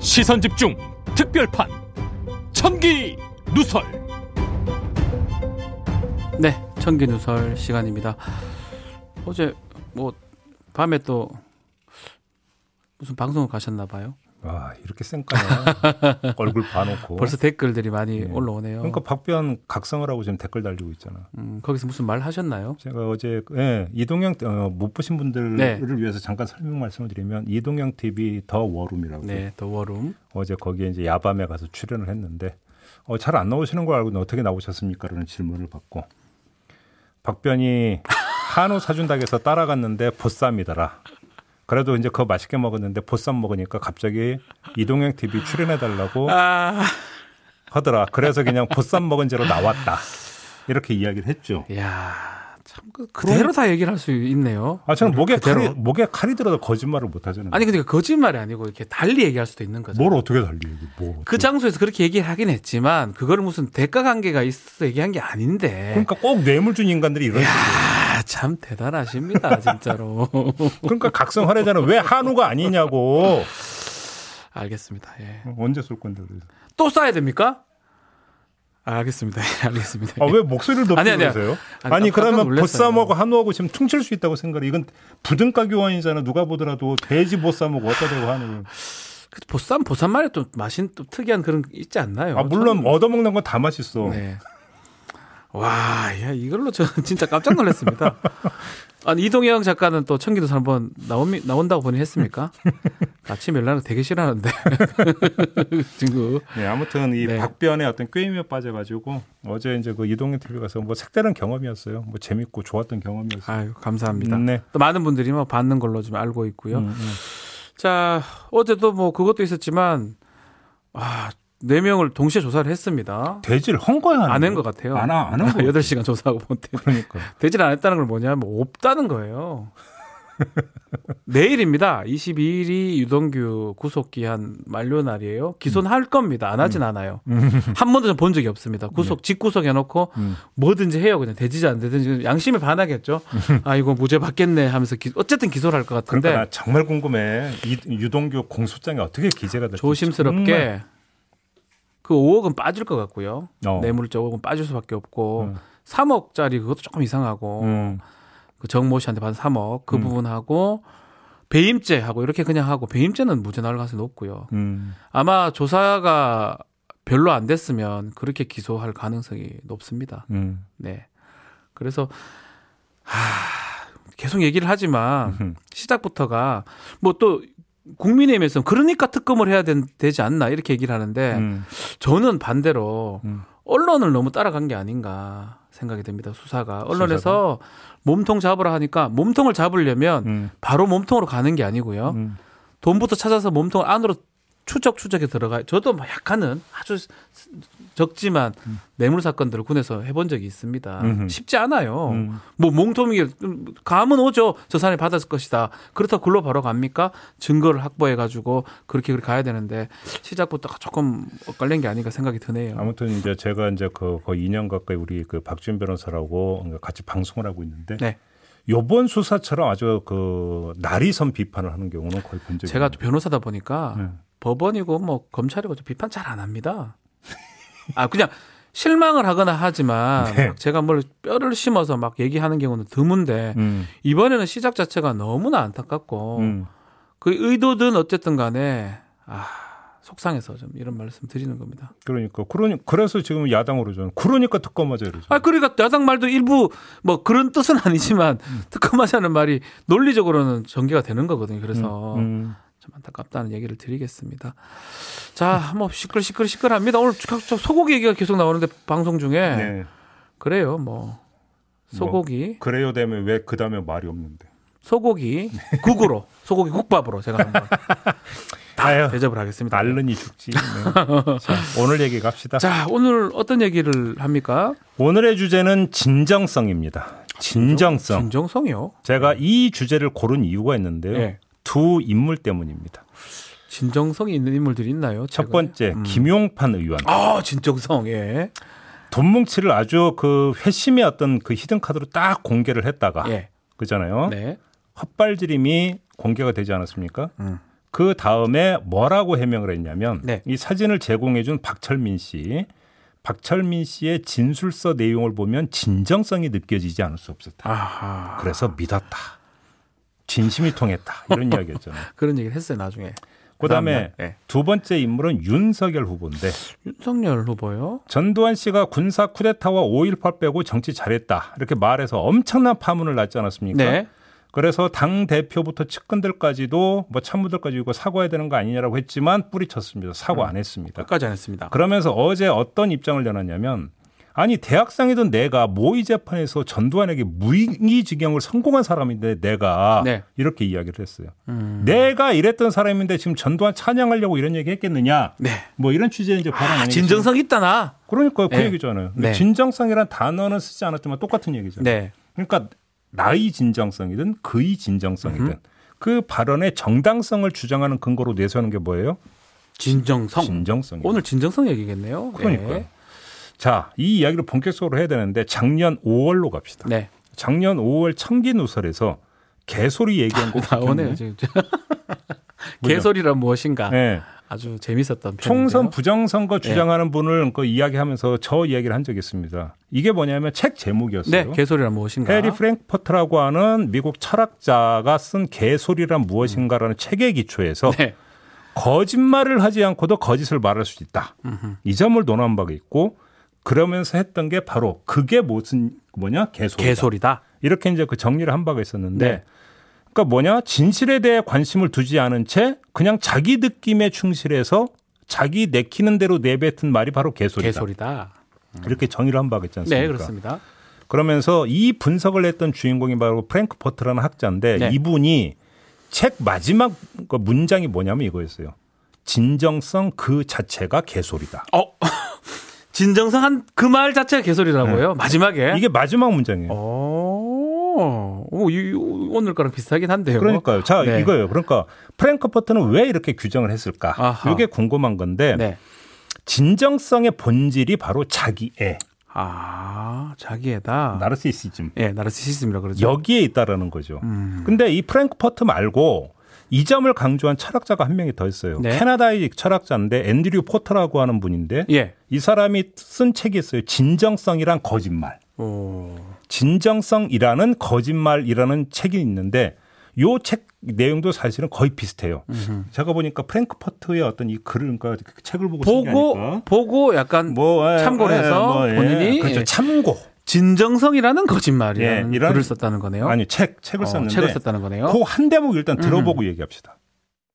시선 집중 특별판 천기 누설 네, 천기 누설 시간입니다. 어제 뭐 밤에 또 무슨 방송을 가셨나 봐요. 아 이렇게 쌩까나 얼굴 봐놓고 벌써 댓글들이 많이 네. 올라오네요. 뭐? 그러니까 박변 각성을 하고 지금 댓글 달리고 있잖아. 음, 거기서 무슨 말 하셨나요? 제가 어제 예, 이동영 어, 못 보신 분들을 네. 위해서 잠깐 설명 말씀을 드리면 이동영 TV 더 워룸이라고 네, 더 워룸. 어제 거기에 이제 야밤에 가서 출연을 했는데 어, 잘 안 나오시는 걸 알고 어떻게 나오셨습니까라는 질문을 받고 박변이 한우 사준닭에서 따라갔는데 보쌈이더라. 그래도 이제 그거 맛있게 먹었는데 보쌈 먹으니까 갑자기 이동영 TV 출연해 달라고 아, 하더라. 그래서 그냥 보쌈 먹은 채로 나왔다. 이렇게 이야기를 했죠. 야, 참 그- 그대로 다 얘기를 할 수 있네요. 아 저는 목에 그대로. 칼이 목에 칼이 들어도 거짓말을 못 하잖아요. 아니 그러니까 거짓말이 아니고 이렇게 달리 얘기할 수도 있는 거죠. 뭘 어떻게 달리 이게 뭐. 그 장소에서 그렇게 얘기하긴 했지만 그거를 무슨 대가 관계가 있어서 얘기한 게 아닌데. 그러니까 꼭 뇌물준 인간들이 이런. 아, 참 대단하십니다, 진짜로. 그러니까 각성 화려자는 왜 한우가 아니냐고. 알겠습니다. 예. 어, 언제 쏠 건데 그래서. 또 싸야 됩니까? 아, 알겠습니다. 예, 알겠습니다. 아, 왜 목소리를 높이고 아니, 아니, 아니. 그러세요? 아니, 아니, 깜짝 그러면 놀랐어요. 보쌈하고 한우하고 지금 퉁칠 수 있다고 생각해. 이건 부등가 교환이잖아. 누가 보더라도 돼지 보쌈하고 어쩌다고 한우를. 그 보쌈 보쌈만의 또 맛인 또 특이한 그런 게 있지 않나요? 아 물론 저는- 얻어먹는 건 다 맛있어. 네. 와, 야 이걸로 저는 진짜 깜짝 놀랐습니다. 아니 이동영 작가는 또 청기도사 한번 나오미, 나온다고 보니 했습니까? 아침 연락을 되게 싫어하는데 친구. 네, 아무튼 이 네. 박변의 어떤 꾀임에 빠져가지고 어제 이제 그 이동현 TV 가서 뭐 색다른 경험이었어요. 뭐 재밌고 좋았던 경험이었어요. 아유 감사합니다. 네. 또 많은 분들이 뭐 받는 걸로 좀 알고 있고요. 음, 음. 자, 어제도 뭐 그것도 있었지만, 아, 네 명을 동시에 조사를 했습니다. 돼지를 헌 거야. 안 한 것 같아요. 안 한- 안한 거예요. 8시간 조사하고 본데 그러니까. 되질 않았다는 걸 뭐냐면 없다는 거예요. 내일입니다. 22일이 유동규 구속기한 만료 날이에요. 음. 기소는 할 겁니다. 안 하진 않아요. 한 번도 본 적이 없습니다. 예. 구속, 직구속 해놓고 음. 뭐든지 해요. 그냥 되지지 안 되든지 양심에 반하겠죠. 아, 이거 무죄 받겠네 하면서 기- 어쨌든 기소를 할 것 그러니까 같은데. 나 정말 궁금해. 이, 유동규 공소장이 어떻게 기재가 될지. 정말. 조심스럽게 그 5억은 빠질 것 같고요. 어. 뇌물죄 5억은 빠질 수밖에 없고 3억짜리 그것도 조금 이상하고 음. 그 정모 씨한테 받은 3억 그 부분하고 배임죄하고 이렇게 그냥 하고 배임죄는 무죄 나올 가능성이 높고요. 음. 아마 조사가 별로 안 됐으면 그렇게 기소할 가능성이 높습니다. 음. 네. 그래서 하, 계속 얘기를 하지만 음. 시작부터가 뭐 또 국민의힘에서는 그러니까 특검을 해야 된, 되지 않나 이렇게 얘기를 하는데 음. 저는 반대로 음. 언론을 너무 따라간 게 아닌가 생각이 됩니다. 수사가 언론에서 몸통 잡으라 하니까 몸통을 잡으려면 음. 바로 몸통으로 가는 게 아니고요. 음. 돈부터 찾아서 몸통 안으로 추적 추적에 들어가. 저도 뭐 약간은 아주 적지만 뇌물 사건들을 군에서 해본 적이 있습니다. 음. 음흠. 쉽지 않아요. 음. 뭐 몸통이 감은 오죠. 저 사람이 받았을 것이다. 그렇다고 글로 바로 갑니까? 증거를 확보해 가지고 그렇게 그렇게 가야 되는데 시작부터 조금 엇갈린 게 아닌가 생각이 드네요. 아무튼 이제 제가 이제 그 거의 2년 가까이 우리 그 박준 변호사라고 같이 방송을 하고 있는데 네. 요번 수사처럼 아주 그 날이선 비판을 하는 경우는 거의 본 적이 제가 아, 없어요. 또 변호사다 보니까 네. 법원이고 뭐 검찰이고 저 비판 잘 안 합니다. 아 그냥 실망을 하거나 하지만 네. 막 제가 뭘 뼈를 심어서 막 얘기하는 경우는 드문데 음. 이번에는 시작 자체가 너무나 안타깝고 음. 그 의도든 어쨌든 간에 아 속상해서 좀 이런 말씀 드리는 겁니다. 그러니까 그러니 그래서 지금 야당으로 전 그러니까 특검하자 이러죠. 아 그러니까 야당 말도 일부 뭐 그런 뜻은 아니지만 음, 특검하자는 말이 논리적으로는 전개가 되는 거거든요. 그래서 음. 참 안타깝다는 얘기를 드리겠습니다. 자, 뭐 시끌 시끌 시끌합니다. 오늘 저- 저 소고기 얘기가 계속 나오는데 방송 중에 네. 그래요. 뭐 소고기 그래요 되면 왜 그 다음에 말이 없는데. 소고기 국으로 소고기 국밥으로 제가 한번 아유. 대접을 하겠습니다. 날른이 죽지. 네. 자, 오늘 얘기 갑시다. 자, 오늘 어떤 얘기를 합니까? 오늘의 주제는 진정성입니다. 진정성. 아, 진정성이요. 제가 이 주제를 고른 이유가 있는데요. 예. 두 인물 때문입니다. 진정성이 있는 인물들이 있나요? 음. 첫 최근에? 번째 김용판 의원. 아, 진정성. 예. 돈 뭉치를 아주 그 회심의 어떤 그 히든 카드로 딱 공개를 했다가 예. 그잖아요. 네. 헛발지림이 공개가 되지 않았습니까? 음. 그 다음에 뭐라고 해명을 했냐면 네. 이 사진을 제공해준 박철민 씨, 박철민 씨의 진술서 내용을 보면 진정성이 느껴지지 않을 수 없었다. 아하. 그래서 믿었다. 진심이 통했다. 이런 이야기였잖아요. 그런 얘기를 했어요 나중에. 그다음에 네. 두 번째 인물은 윤석열 후보인데 윤석열 후보요. 전두환 씨가 군사 쿠데타와 5.18 빼고 정치 잘했다 이렇게 말해서 엄청난 파문을 낳지 않았습니까? 네. 그래서 당 대표부터 측근들까지도 뭐 참모들까지 이거 사과해야 되는 거 아니냐라고 했지만 뿌리쳤습니다. 사과 안 했습니다. 끝까지 안 했습니다. 아, 그러면서 어제 어떤 입장을 내놨냐면 아니 대학생이던 내가 모의 재판에서 전두환에게 무의징역을 성공한 사람인데 내가 네. 이렇게 이야기를 했어요. 음. 내가 이랬던 사람인데 지금 전두환 찬양하려고 이런 얘기 했겠느냐? 네. 뭐 이런 취지의 이제 발언 아, 아니겠습니까? 진정성 있다 나. 그러니까 그 네. 얘기잖아요. 네. 진정성이란 단어는 쓰지 않았지만 똑같은 얘기죠. 네. 그러니까 나의 진정성이든 그의 진정성이든 그 발언의 정당성을 주장하는 근거로 내세우는 게 뭐예요? 진정성. 진정성이에요. 오늘 진정성 얘기겠네요. 그러니까요. 예. 자, 이 이야기를 본격적으로 해야 되는데 작년 5월로 갑시다. 네. 작년 5월 청기 누설에서 개소리 얘기한 거 아, 나오네요 그 지금. 개소리란 무엇인가. 뭐 네. 아주 네. 재밌었던 총선 편인데요. 부정선거 주장하는 분을 그 이야기하면서 저 이야기를 한 적이 있습니다. 이게 뭐냐면 책 제목이었어요. 네, 개소리란 무엇인가. 해리 프랭크퍼트라고 하는 미국 철학자가 쓴 개소리란 무엇인가라는 책의 기초에서 네. 거짓말을 하지 않고도 거짓을 말할 수 있다. 이 점을 논한 바가 있고 그러면서 했던 게 바로 그게 무슨 뭐냐 개소리. 개소리다. 이렇게 이제 그 정리를 한 바가 있었는데 네. 그러니까 뭐냐 진실에 대해 관심을 두지 않은 채 그냥 자기 느낌에 충실해서 자기 내키는 대로 내뱉은 말이 바로 개소리다. 개소리다. 음. 이렇게 정의를 한 바가 있지 않습니까? 네, 그렇습니다. 그러면서 이 분석을 했던 주인공이 바로 프랭크 포트라는 학자인데 네. 이분이 책 마지막 그 문장이 뭐냐면 이거였어요. 진정성 그 자체가 개소리다. 어. 진정성 한 그 말 자체가 개소리라고요. 마지막에. 네. 네. 이게 마지막 문장이에요. 어. 오, 이- 이- 오늘 거랑 비슷하긴 한데요. 그러니까요. 자, 네. 이거예요. 그러니까 프랭크 포트는 왜 이렇게 규정을 했을까? 아하. 이게 궁금한 건데 네. 진정성의 본질이 바로 자기애, 아, 자기애다. 나르시시즘. 예, 나르시시즘이라 그러죠. 여기에 있다라는 거죠. 음. 근데 이 프랭크퍼트 말고 이 점을 강조한 철학자가 한 명이 더 있어요. 네. 캐나다의 철학자인데 앤드류 포터라고 하는 분인데 예. 이 사람이 쓴 책이 있어요. 진정성이란 거짓말. 오. 진정성이라는 거짓말이라는 책이 있는데 요 책 내용도 사실은 거의 비슷해요. 제가 보니까 프랭크퍼트의 어떤 이 글을 그러니까 그 책을 보고 쓴게 보고 아닐까? 보고 약간 뭐 예, 참고를 예, 해서 뭐, 예. 본인이 그렇죠. 참고 진정성이라는 거짓말이라는 예, 이런- 글을 썼다는 거네요. 아니 책 책을 어, 썼는데 책을 음. 썼다는 거네요. 그 한 대목 일단 들어보고 얘기합시다.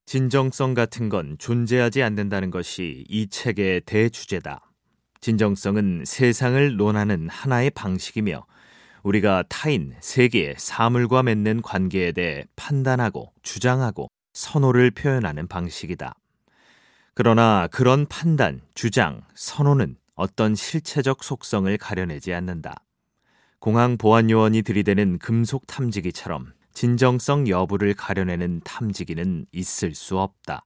진정성 같은 건 존재하지 않는다는 것이 이 책의 대주제다. 진정성은 세상을 논하는 하나의 방식이며 우리가 타인, 세계, 사물과 맺는 관계에 대해 판단하고 주장하고 선호를 표현하는 방식이다. 그러나 그런 판단, 주장, 선호는 어떤 실체적 속성을 가려내지 않는다. 공항 보안 요원이 들이대는 금속 탐지기처럼 진정성 여부를 가려내는 탐지기는 있을 수 없다.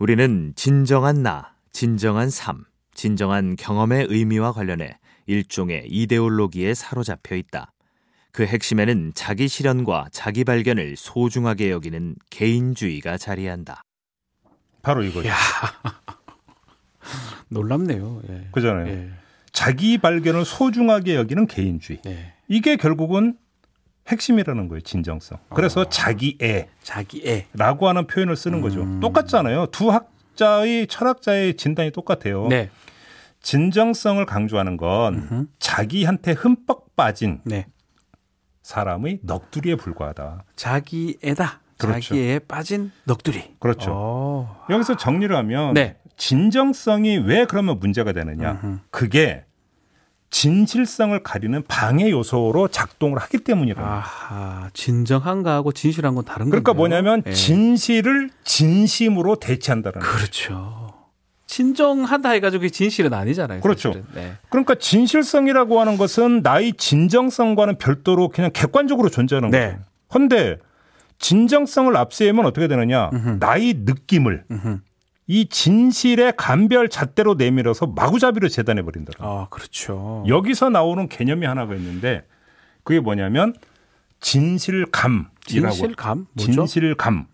우리는 진정한 나, 진정한 삶, 진정한 경험의 의미와 관련해 일종의 이데올로기에 사로잡혀 있다. 그 핵심에는 자기 실현과 자기 발견을 소중하게 여기는 개인주의가 자리한다. 바로 이거예요. 놀랍네요. 예. 그잖아요. 예. 자기 발견을 소중하게 여기는 개인주의. 네. 이게 결국은 핵심이라는 거예요, 진정성. 그래서 아. 자기애라고 자기애. 하는 표현을 쓰는 거죠. 음. 똑같잖아요. 두 학자의 철학자의 진단이 똑같아요. 네. 진정성을 강조하는 건 자기한테 흠뻑 빠진 네. 사람의 넋두리에 불과하다. 자기애다. 그렇죠. 자기애에 빠진 넋두리. 그렇죠. 어. 여기서 정리를 하면 네. 진정성이 왜 그러면 문제가 되느냐? 그게 진실성을 가리는 방해 요소로 작동을 하기 때문이라는 거예요. 아하. 진정한가 하고 진실한 건 다른 그러니까 건데요. 뭐냐면 예. 진실을 진심으로 대체한다는 거예요. 그렇죠. 진정하다 해가지고 그게 진실은 아니잖아요. 그렇죠. 사실은. 네. 그러니까 진실성이라고 하는 것은 나의 진정성과는 별도로 그냥 객관적으로 존재하는 네. 거죠. 그런데 진정성을 앞세우면 어떻게 되느냐? 나의 느낌을 이 진실의 간별 잣대로 내밀어서 마구잡이로 재단해 버린다. 아, 어. 그렇죠. 여기서 나오는 개념이 하나가 있는데 그게 뭐냐면 진실감 진실감 뭐죠? 진실감.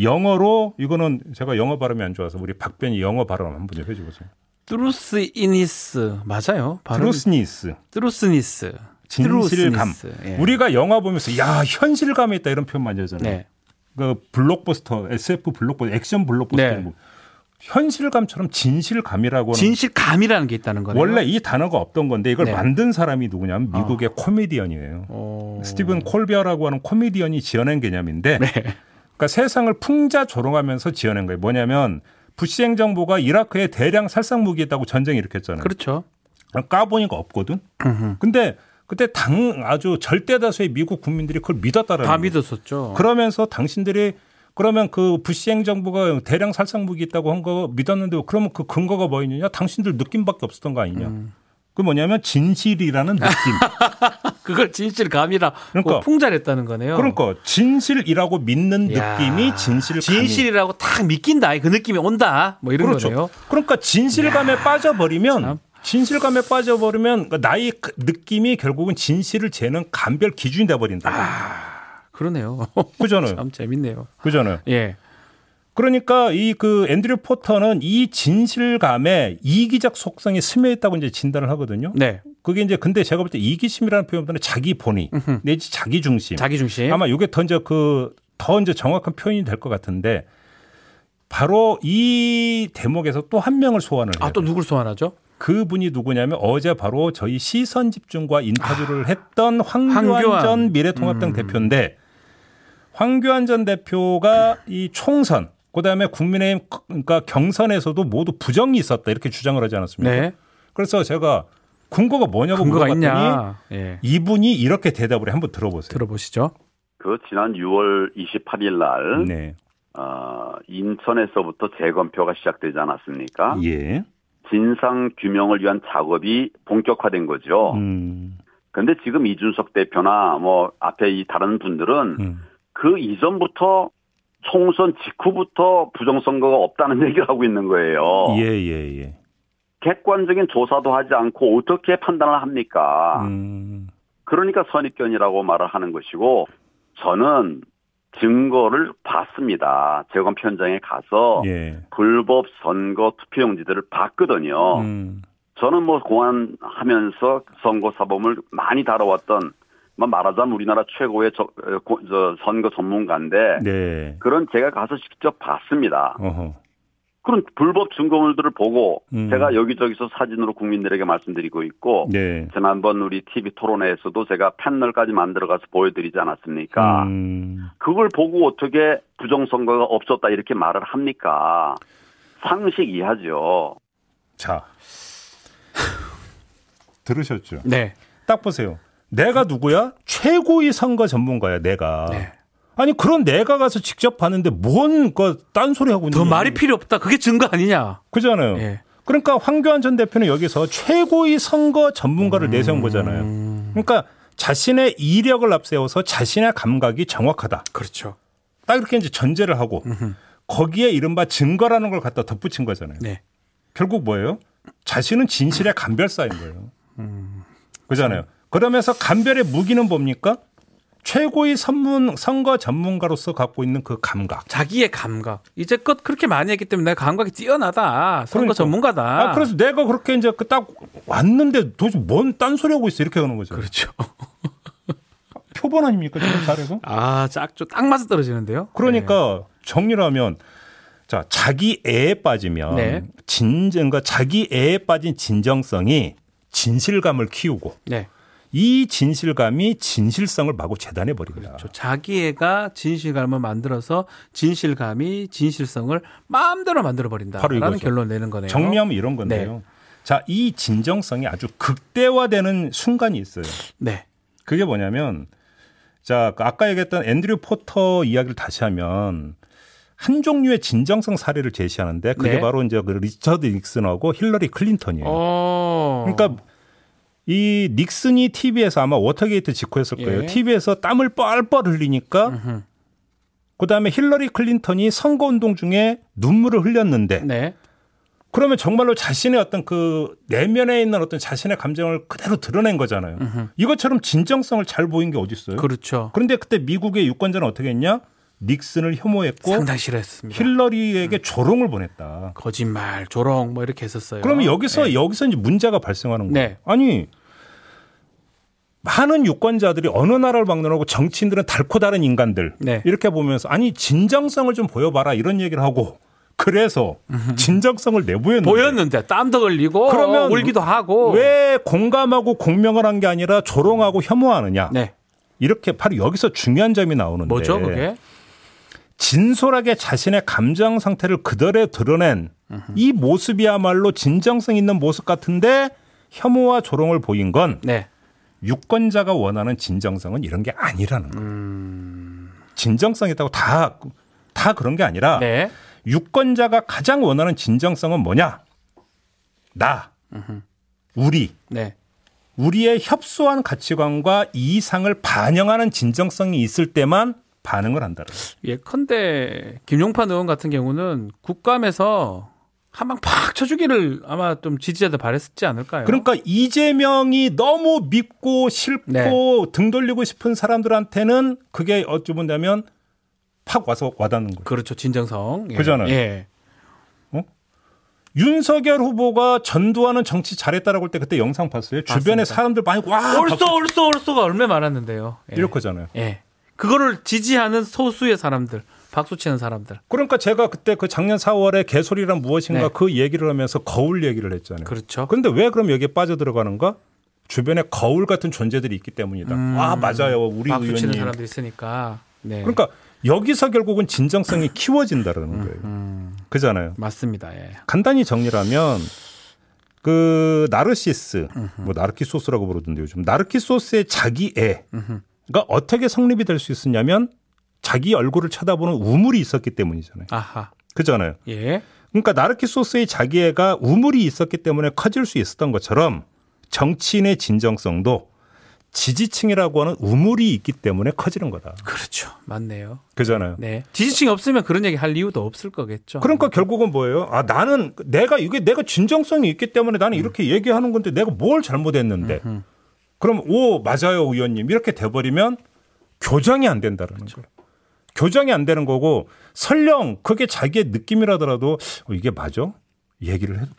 영어로 이거는 제가 영어 발음이 안 좋아서 우리 박변이 영어 발음 한번 좀 해주세요. 트루스 이니스 맞아요. 발음 트루스니스. 트루스니스. 진실감. 트루스니스. 예. 우리가 영화 보면서 야 현실감이 있다 이런 표현 많이 하잖아요. 네. 그 블록버스터, SF 블록버스터, 액션 블록버스터 네. 뭐 현실감처럼 진실감이라고 하는 진실감이라는 게 있다는 거네요. 원래 이 단어가 없던 건데 이걸 네. 만든 사람이 누구냐면 미국의 코미디언이에요. 어... 스티븐 콜베어라고 하는 코미디언이 지어낸 개념인데 네. 그러니까 세상을 풍자 조롱하면서 지어낸 거예요. 뭐냐면 부시 행정부가 이라크에 대량 살상 무기했다고 전쟁 일으켰잖아요. 그렇죠. 까보니까 없거든. 근데 그때 당 아주 절대 다수의 미국 국민들이 그걸 믿었다라는 다 거예요. 믿었었죠. 그러면서 당신들이 그러면 그 부시 행정부가 대량 살상 무기 있다고 한 거 믿었는데 그러면 그 근거가 뭐 있느냐? 당신들 느낌밖에 없었던 거 아니냐? 음. 그 뭐냐면 진실이라는 느낌. 그걸 진실감이라 뭐 그러니까. 풍자했다는 거네요. 그러니까 진실이라고 믿는 어. 야. 느낌이 진실감이. 진실이라고 딱 믿긴다. 그 느낌이 온다. 뭐 이런 그렇죠. 거네요. 그러니까 진실감에 빠져버리면 참. 진실감에 빠져버리면 그 나의 그 느낌이 결국은 진실을 재는 감별 기준이 돼 버린다. 그러네요. 그잖아요. 아, 참 재밌네요. 그잖아요. 예. 그러니까 이 그 앤드류 포터는 이 진실감에 이기적 속성이 스며 있다고 이제 진단을 하거든요. 네. 그게 이제 근데 제가 볼 때 이기심이라는 표현보다는 자기 본의 내지 자기 중심. 자기 중심. 아마 이게 더 이제 그더 이제 정확한 표현이 될 것 같은데 바로 이 대목에서 또 한 명을 소환을 해요. 아, 또 누굴 소환하죠? 그분이 누구냐면 어제 바로 저희 시선 집중과 인터뷰를 했던 황교안, 아, 황교안. 음. 전 미래통합당 대표인데 황교안 전 대표가 이 총선 그다음에 국민의힘 그러니까 경선에서도 모두 부정이 있었다 이렇게 주장을 하지 않았습니까? 네. 그래서 제가 근거가 뭐냐고 근거가 물어봤더니 있냐? 예. 이분이 이렇게 대답을 해 한번 들어보세요. 들어보시죠. 그 지난 6월 28일 날 네. 어, 인천에서부터 재검표가 시작되지 아? 않았습니까? 예. 진상 규명을 위한 작업이 본격화된 거죠. 음. 그런데 지금 이준석 대표나 뭐 앞에 이 다른 분들은 음. 그 이전부터 총선 직후부터 부정선거가 없다는 얘기를 하고 있는 거예요. 예, 예, 예. 객관적인 조사도 하지 않고 어떻게 판단을 합니까? 음. 그러니까 선입견이라고 말을 하는 것이고 저는 증거를 봤습니다. 재검 현장에 가서 예. 불법 선거 투표용지들을 봤거든요. 음. 저는 뭐 공안하면서 선거 사범을 많이 다뤄왔던 뭐 말하자면 우리나라 최고의 저, 에, 고- 저 선거 전문가인데 네. 그런 제가 가서 직접 봤습니다. 어허. 그런 불법 증거물들을 보고 음. 제가 여기저기서 사진으로 국민들에게 말씀드리고 있고 네. 지난번 우리 TV 토론회에서도 제가 패널까지 만들어가서 보여드리지 않았습니까? 음. 그걸 보고 어떻게 부정선거가 없었다 이렇게 말을 합니까? 상식 이하죠. 자. 들으셨죠? 네. 딱 보세요. 내가 누구야? 최고의 선거 전문가야, 내가. 네. 아니, 그런 내가 가서 직접 봤는데 뭔, 그, 딴소리 하고 있는 더 말이 거지? 필요 없다. 그게 증거 아니냐? 그잖아요. 예. 그러니까 황교안 전 대표는 여기서 최고의 선거 전문가를 음. 내세운 거잖아요. 그러니까 자신의 이력을 앞세워서 자신의 감각이 정확하다. 그렇죠. 딱 이렇게 이제 전제를 하고 거기에 이른바 증거라는 걸 갖다 덧붙인 거잖아요. 네. 결국 뭐예요? 자신은 진실의 간별사인 거예요. 음. 그잖아요. 그러면서 간별의 무기는 뭡니까? 최고의 선문 선거 전문가로서 갖고 있는 그 감각. 자기의 감각. 이제껏 그렇게 많이 했기 때문에 내가 감각이 뛰어나다. 선거 그러니까. 전문가다. 아, 그래서 내가 그렇게 이제 그 딱 왔는데 도대체 뭔 딴소리 하고 있어 이렇게 하는 거죠. 아, 그렇죠. 표본 아닙니까 지금 잘해서? 아, 짝조 딱 맞아 떨어지는데요. 그러니까 네. 정리를 하면 자 자기 애에 빠지면 네. 진정과 자기 애에 빠진 진정성이 진실감을 키우고 네. 네. 이 진실감이 진실성을 마구 재단해 버립니다. 저 자기애가 진실감을 만들어서 진실감이 진실성을 마음대로 만들어 버린다. 바로 라는 이거죠. 결론 내는 거네요. 정리하면 이런 건데요. 자, 이 진정성이 아주 극대화되는 순간이 있어요. 네. 그게 뭐냐면 자, 그 아까 얘기했던 앤드류 포터 이야기를 다시 하면 한 종류의 진정성 사례를 제시하는데 그게 네. 바로 이제 그 리처드 닉슨하고 힐러리 클린턴이에요. 어. 그러니까 이 닉슨이 TV에서 아마 워터게이트 직후였을 거예요. 예. TV에서 땀을 뻘뻘 흘리니까 그다음에 힐러리 클린턴이 선거 운동 중에 눈물을 흘렸는데 네. 그러면 정말로 자신의 어떤 그 내면에 있는 어떤 자신의 감정을 그대로 드러낸 거잖아요. 이것처럼 진정성을 잘 보인 게 어디 있어요? 그렇죠. 그런데 그때 미국의 유권자는 어떻게 했냐? 닉슨을 혐오했고 상당히 싫어했습니다. 힐러리에게 조롱을 보냈다. 거짓말, 조롱 뭐 이렇게 했었어요. 그러면 여기서 여기서 이제 문제가 발생하는 거예요. 네. 아니 많은 유권자들이 어느 나라를 방문하고 정치인들은 달코 다른 인간들 네. 이렇게 보면서 아니 진정성을 좀 보여봐라 이런 얘기를 하고 그래서 진정성을 내보였는데 보였는데 땀도 흘리고 그러면 울기도 하고 왜 공감하고 공명을 한 게 아니라 조롱하고 혐오하느냐 네. 이렇게 바로 여기서 중요한 점이 나오는데 뭐죠 그게? 진솔하게 자신의 감정 상태를 그대로 드러낸 이 모습이야말로 진정성 있는 모습 같은데 혐오와 조롱을 보인 건 네. 유권자가 원하는 진정성은 이런 게 아니라는 거예요. 진정성 있다고 다, 다 그런 게 아니라 네. 유권자가 가장 원하는 진정성은 뭐냐? 나, 우리, 네. 우리의 협소한 가치관과 이상을 반영하는 진정성이 있을 때만 반응을 한다는 거예요. 예컨대 김용판 의원 같은 경우는 국감에서 한 방 팍 쳐주기를 아마 좀 지지자들 바랬었지 않을까요? 그러니까 이재명이 너무 믿고 싫고 네. 등 돌리고 싶은 사람들한테는 그게 어찌 본다면 팍 와서 와닿는 거예요. 그렇죠 진정성. 예. 그잖아요. 예. 윤석열 후보가 전두환은 정치 잘했다라고 할 때 그때 영상 봤어요. 주변에 사람들 많이 와 박수 올소 올소 올소가 얼마 많았는데요. 예. 이렇게 하잖아요. 예. 그거를 지지하는 소수의 사람들, 박수 치는 사람들. 그러니까 제가 그때 그 작년 4월에 개소리란 무엇인가 네. 그 얘기를 하면서 거울 얘기를 했잖아요. 그렇죠. 근데 왜 그럼 여기에 빠져들어가는가? 주변에 거울 같은 존재들이 있기 때문이다. 와 맞아요, 우리 음. 박수 치는 의원님. 사람들 있으니까. 네. 그러니까 여기서 결국은 진정성이 키워진다라는 거예요. 그잖아요. 맞습니다. 예. 간단히 정리하면 그 나르시스, 뭐 나르키소스라고 부르던데 요즘 나르키소스의 자기 애가 어떻게 성립이 될 수 있었냐면 자기 얼굴을 쳐다보는 우물이 있었기 때문이잖아요. 아하. 그잖아요. 예. 그러니까 나르키소스의 자기 애가 우물이 있었기 때문에 커질 수 있었던 것처럼 정치인의 진정성도 지지층이라고 하는 우물이 있기 때문에 커지는 거다. 그렇죠. 맞네요. 그잖아요. 네. 지지층이 없으면 그런 얘기 할 이유도 없을 거겠죠. 그러니까 결국은 뭐예요? 아 나는 내가 이게 내가 진정성이 있기 때문에 나는 이렇게 얘기하는 건데 내가 뭘 잘못했는데 그럼 오 맞아요 의원님 이렇게 돼버리면 교정이 안 된다는 거예요. 교정이 안 되는 거고 설령 그게 자기의 느낌이라더라도 어, 이게 맞아? 얘기를 해도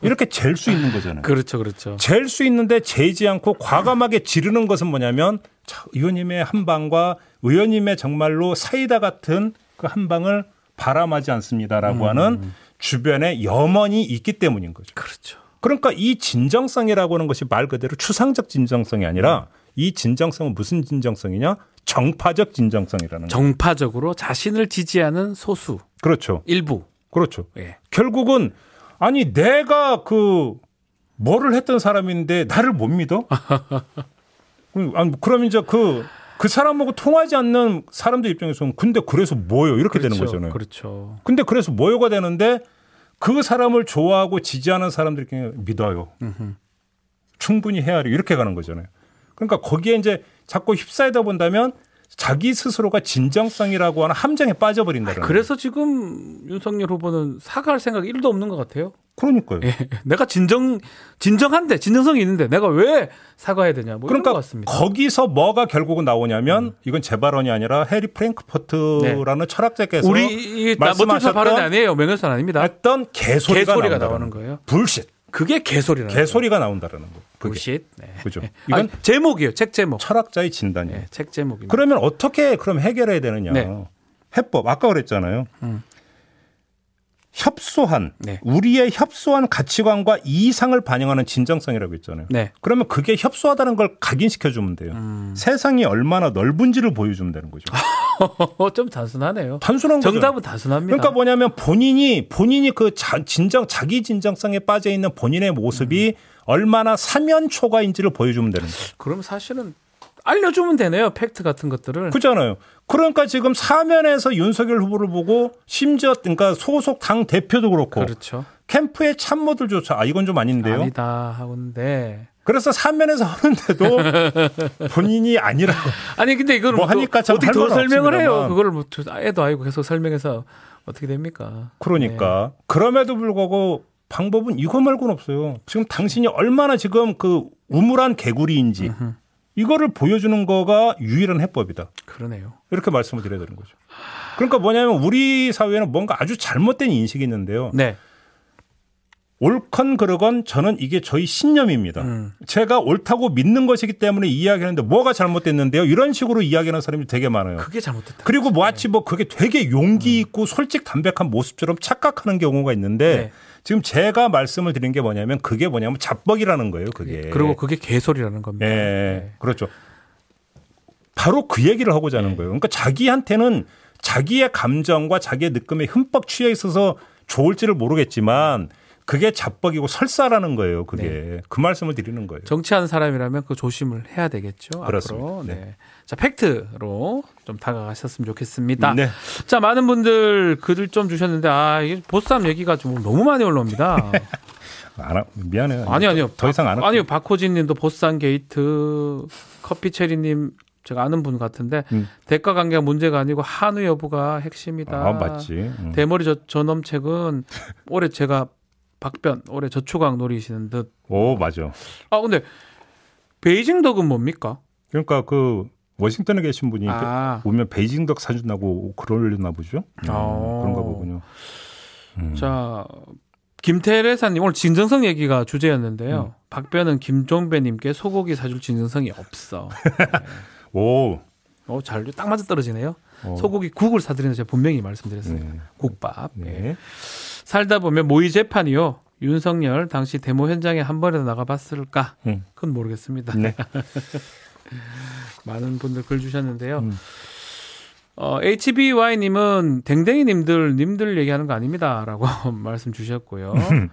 이렇게 잴 수 있는 거잖아요. 그렇죠. 그렇죠. 잴 수 있는데 재지 않고 과감하게 지르는 것은 뭐냐면 자, 의원님의 한 방과 의원님의 정말로 사이다 같은 그 한 방을 바람하지 않습니다라고 하는 주변에 염원이 있기 때문인 거죠. 음. 그렇죠. 그러니까 이 진정성이라고 하는 것이 말 그대로 추상적 진정성이 아니라 이 진정성은 무슨 진정성이냐? 정파적 진정성이라는 거죠. 정파적으로 자신을 지지하는 소수 그렇죠. 일부. 그렇죠. 예. 결국은 아니 내가 그 뭐를 했던 사람인데 나를 못 믿어? 그럼, 아니, 그럼 이제 그, 그 사람하고 통하지 않는 사람들 입장에서는 근데 그래서 뭐예요? 이렇게 되는 거잖아요. 그렇죠. 근데 그래서 뭐요가 되는데 그 사람을 좋아하고 지지하는 사람들이 그냥 믿어요. 충분히 헤아려 이렇게 가는 거잖아요. 그러니까 거기에 이제 자꾸 휩싸이다 본다면 자기 스스로가 진정성이라고 하는 함정에 빠져버린다는 거예요. 아, 그래서 지금 윤석열 후보는 사과할 생각 1도 없는 것 같아요. 그러니까요. 예. 내가 진정 진정한데 진정성이 있는데 내가 왜 사과해야 되냐 뭐 그러니까 이런 것 같습니다. 음. 거기서 뭐가 결국은 나오냐면 이건 제 발언이 아니라 해리 프랭크포트라는 네. 철학자께서 우리 이- 나 멋들서 발언이 말씀하셨던 아니에요. 명예훼손 아닙니다. 했던 개소리가, 개소리가 나온다는 나오는 거예요. 불신. 그게 개소리라는 개소리가 나온다라는 거. 거예요. 그게. 부짓. 네. 그죠. 아, 이건 제목이에요. 책 제목. 철학자의 진단이에요. 예, 책 제목입니다. 그러면 어떻게 그럼 해결해야 되느냐? 네. 음. 해법 아까 그랬잖아요. 협소한 네. 우리의 협소한 가치관과 이상을 반영하는 진정성이라고 했잖아요. 네. 그러면 그게 협소하다는 걸 각인시켜 주면 돼요. 음. 세상이 얼마나 넓은지를 보여주면 되는 거죠. 좀 단순하네요. 단순한 거죠. 아, 정답은 단순합니다. 그러니까 뭐냐면 본인이 본인이 그 자- 진정 자기 진정성에 빠져 있는 본인의 모습이 음. 얼마나 사면초가인지를 보여주면 되는 거죠. 그럼 사실은 알려주면 되네요. 팩트 같은 것들을. 그잖아요. 그러니까 지금 사면에서 윤석열 후보를 보고 심지어 그러니까 소속 당 대표도 그렇고 그렇죠. 캠프의 참모들조차 아 이건 좀 아닌데요. 아니다 하는데 그래서 사면에서 하는데도 본인이 아니라 아니 근데 이걸 뭐 또 하니까 참 어떻게 할 더 말은 설명을 해요? 없습니다만. 그걸 뭐 애도 아니고 계속 설명해서 어떻게 됩니까? 그러니까 그럼에도 불구하고 방법은 이거 말고는 없어요. 지금 당신이 얼마나 지금 그 우물한 개구리인지 이거를 보여주는 거가 유일한 해법이다. 그러네요. 이렇게 말씀을 드려야 되는 거죠. 그러니까 뭐냐면 우리 사회는 뭔가 아주 잘못된 인식이 있는데요. 네. 옳건 그르건 저는 이게 저희 신념입니다. 제가 옳다고 믿는 것이기 때문에 이야기하는데 뭐가 잘못됐는데요. 이런 식으로 이야기하는 사람이 되게 많아요. 어. 그게 잘못됐다. 그렇죠. 음. 그리고 마치 뭐 그게 되게 용기 있고 솔직 담백한 모습처럼 착각하는 경우가 있는데 네. 지금 제가 말씀을 드린 게 뭐냐면 그게 뭐냐면 자뻑이라는 거예요. 그게. 네, 그리고 네. 그게 개소리라는 겁니다. 예, 그렇죠. 바로 그 얘기를 하고자 네. 하는 거예요. 그러니까 자기한테는 자기의 감정과 자기의 느낌에 흠뻑 취해 있어서 좋을지를 모르겠지만 그게 자뻑이고 설사라는 거예요. 그게 네. 그 말씀을 드리는 거예요. 정치하는 사람이라면 그 조심을 해야 되겠죠. 앞으로. 그렇습니다. 네. 네. 자, 팩트로 좀 다가가셨으면 좋겠습니다. 네. 자, 많은 분들 글을 좀 주셨는데 아, 이게 보쌈 얘기가 좀 너무 많이 올라옵니다. 네, 안 하- 미안해요. 아니 아니요. 더 이상 안 할게요. 아니요. 박호진 님도 보쌈 게이트 커피 체리 님 제가 아는 분 같은데 음. 대가 관계가 문제가 아니고 한우 여부가 핵심이다. 아, 맞지. 음. 대머리 저, 저놈책은 올해 제가 박변 올해 저초강 노리시는 듯. 오, 맞아. 아 근데 베이징 덕은 뭡니까? 그러니까 그 워싱턴에 계신 분이 아. 오면 베이징 덕 사준다고 그러려나 보죠. 음, 아. 그런가 보군요. 음. 자, 김태래사님 오늘 진정성 얘기가 음. 주제였는데요. 박변은 김종배님께 소고기 사줄 진정성이 없어. 오. 어, 잘 딱 맞아 떨어지네요. 어. 소고기 국을 사드리는 제가 분명히 말씀드렸습니다. 네. 국밥. 예. 네. 살다 보면 모의 재판이요. 윤석열 당시 데모 현장에 한 번이라도 나가봤을까? 음. 그건 모르겠습니다. 네. 많은 분들 글 주셨는데요. 음. 어, HBY님은 댕댕이님들 님들 얘기하는 거 아닙니다라고 말씀 주셨고요. 음.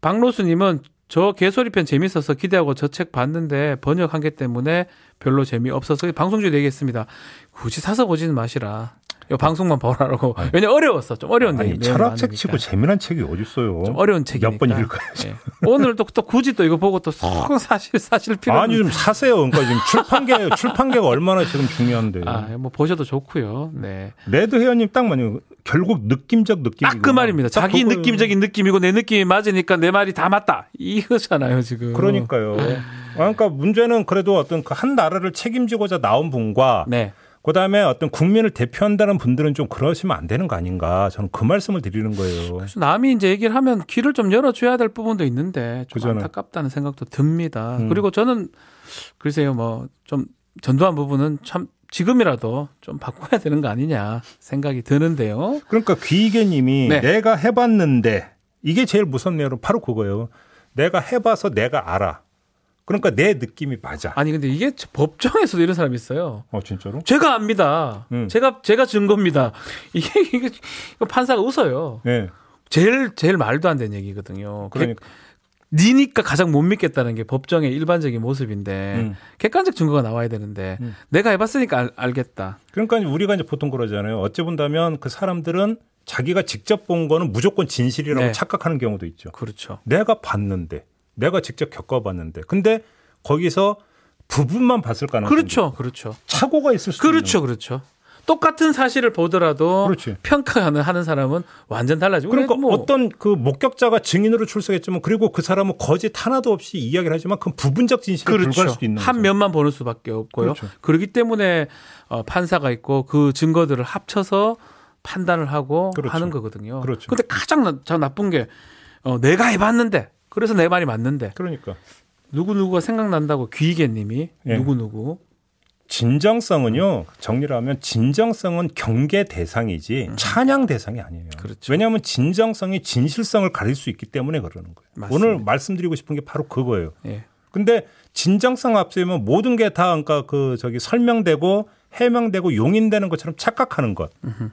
박로수님은 저 개소리 편 재밌어서 기대하고 저 책 봤는데 번역한 게 때문에 별로 재미 없어서 방송 중에 얘기했습니다. 굳이 사서 보지는 마시라. 요 방송만 보라라고. 왜냐 어려웠어. 좀 어려운 아니, 내용이 철학책 많으니까. 치고 재미난 책이 어딨어요. 좀 어려운 책이니까. 몇번 아. 읽어야지. 예. 오늘 또, 또 굳이 또 이거 보고 또쏙 사실 사실 필요 아니 좀 사세요. 그러니까 지금 출판계 출판계가 얼마나 지금 중요한데. 아, 뭐 보셔도 좋고요. 네. 레드 회원님 딱 맞네요. 결국 느낌적 느낌. 딱 그 말입니다. 자기 느낌적인 느낌이고 내 느낌이 맞으니까 내 말이 다 맞다. 이거잖아요, 지금. 그러니까요. 음. 아, 그러니까 문제는 그래도 어떤 그 한 나라를 책임지고자 나온 분과 네. 그다음에 어떤 국민을 대표한다는 분들은 좀 그러시면 안 되는 거 아닌가. 저는 그 말씀을 드리는 거예요. 그래서 남이 이제 얘기를 하면 길을 좀 열어줘야 될 부분도 있는데 좀 그잖아요. 안타깝다는 생각도 듭니다. 음. 그리고 저는 글쎄요, 뭐 좀 전두환 부분은 참 지금이라도 좀 바꿔야 되는 거 아니냐 생각이 드는데요. 그러니까 귀이개님이 네. 내가 해봤는데 이게 제일 무서운 내용 바로 그거예요. 내가 해봐서 내가 알아. 그러니까 내 느낌이 맞아. 아니 근데 이게 법정에서도 이런 사람이 있어요. 어 진짜로? 제가 압니다. 음. 제가 제가 증거입니다. 이게, 이게 판사가 웃어요. 예. 제일 제일 말도 안 되는 얘기거든요. 그러니까. 니니까 가장 못 믿겠다는 게 법정의 일반적인 모습인데 음. 객관적 증거가 나와야 되는데 내가 해봤으니까 알, 겠다 그러니까 우리가 이제 보통 그러잖아요. 어찌 본다면 그 사람들은 자기가 직접 본 거는 무조건 진실이라고 네. 착각하는 경우도 있죠. 그렇죠. 내가 봤는데, 내가 직접 겪어봤는데, 근데 거기서 부분만 봤을 가능성이 그렇죠. 그렇죠. 착오가 있을 수도 그렇죠. 그렇죠. 똑같은 사실을 보더라도 그렇지. 평가하는 하는 사람은 완전 달라지고 있는 거예요. 그러니까 뭐 어떤 그 목격자가 증인으로 출석했지만 그리고 그 사람은 거짓 하나도 없이 이야기를 하지만 그건 부분적 진실에 불과할 수도 있는 그렇죠. 한 거죠. 면만 보는 수밖에 없고요. 그렇죠. 그렇기 때문에 어, 판사가 있고 그 증거들을 합쳐서 판단을 하고 그렇죠. 하는 거거든요. 그렇죠. 근데 가장 나, 저 나쁜 게 어, 내가 해봤는데 그래서 내 말이 맞는데 그러니까 누구 누구가 생각난다고 귀이개님이 예. 누구 누구 진정성은요 정리를 하면 진정성은 경계 대상이지 찬양 대상이 아니에요. 음. 그렇죠. 왜냐하면 진정성이 진실성을 가릴 수 있기 때문에 그러는 거예요. 맞습니다. 오늘 말씀드리고 싶은 게 바로 그거예요. 예. 근데 진정성 앞서면 모든 게 다 그러니까 그 저기 설명되고 해명되고 용인되는 것처럼 착각하는 것.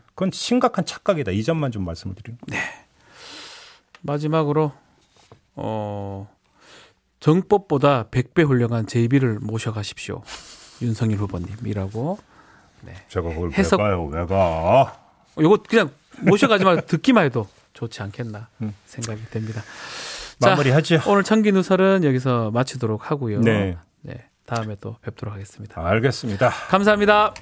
그건 심각한 착각이다. 이 점만 좀 말씀을 드리는 거예요. 마지막으로 어, 정법보다 100배 훌륭한 제이비를 모셔가십시오. 윤석열 후보님이라고 제가 그걸 네. 해석- 가요? 왜 가? 요거 그냥 모셔가지 말고 듣기만 해도 좋지 않겠나 생각이 됩니다. 자, 음. 마무리하죠. 오늘 청기 누설은 여기서 마치도록 하고요. 네. 네, 다음에 또 뵙도록 하겠습니다. 알겠습니다. 감사합니다.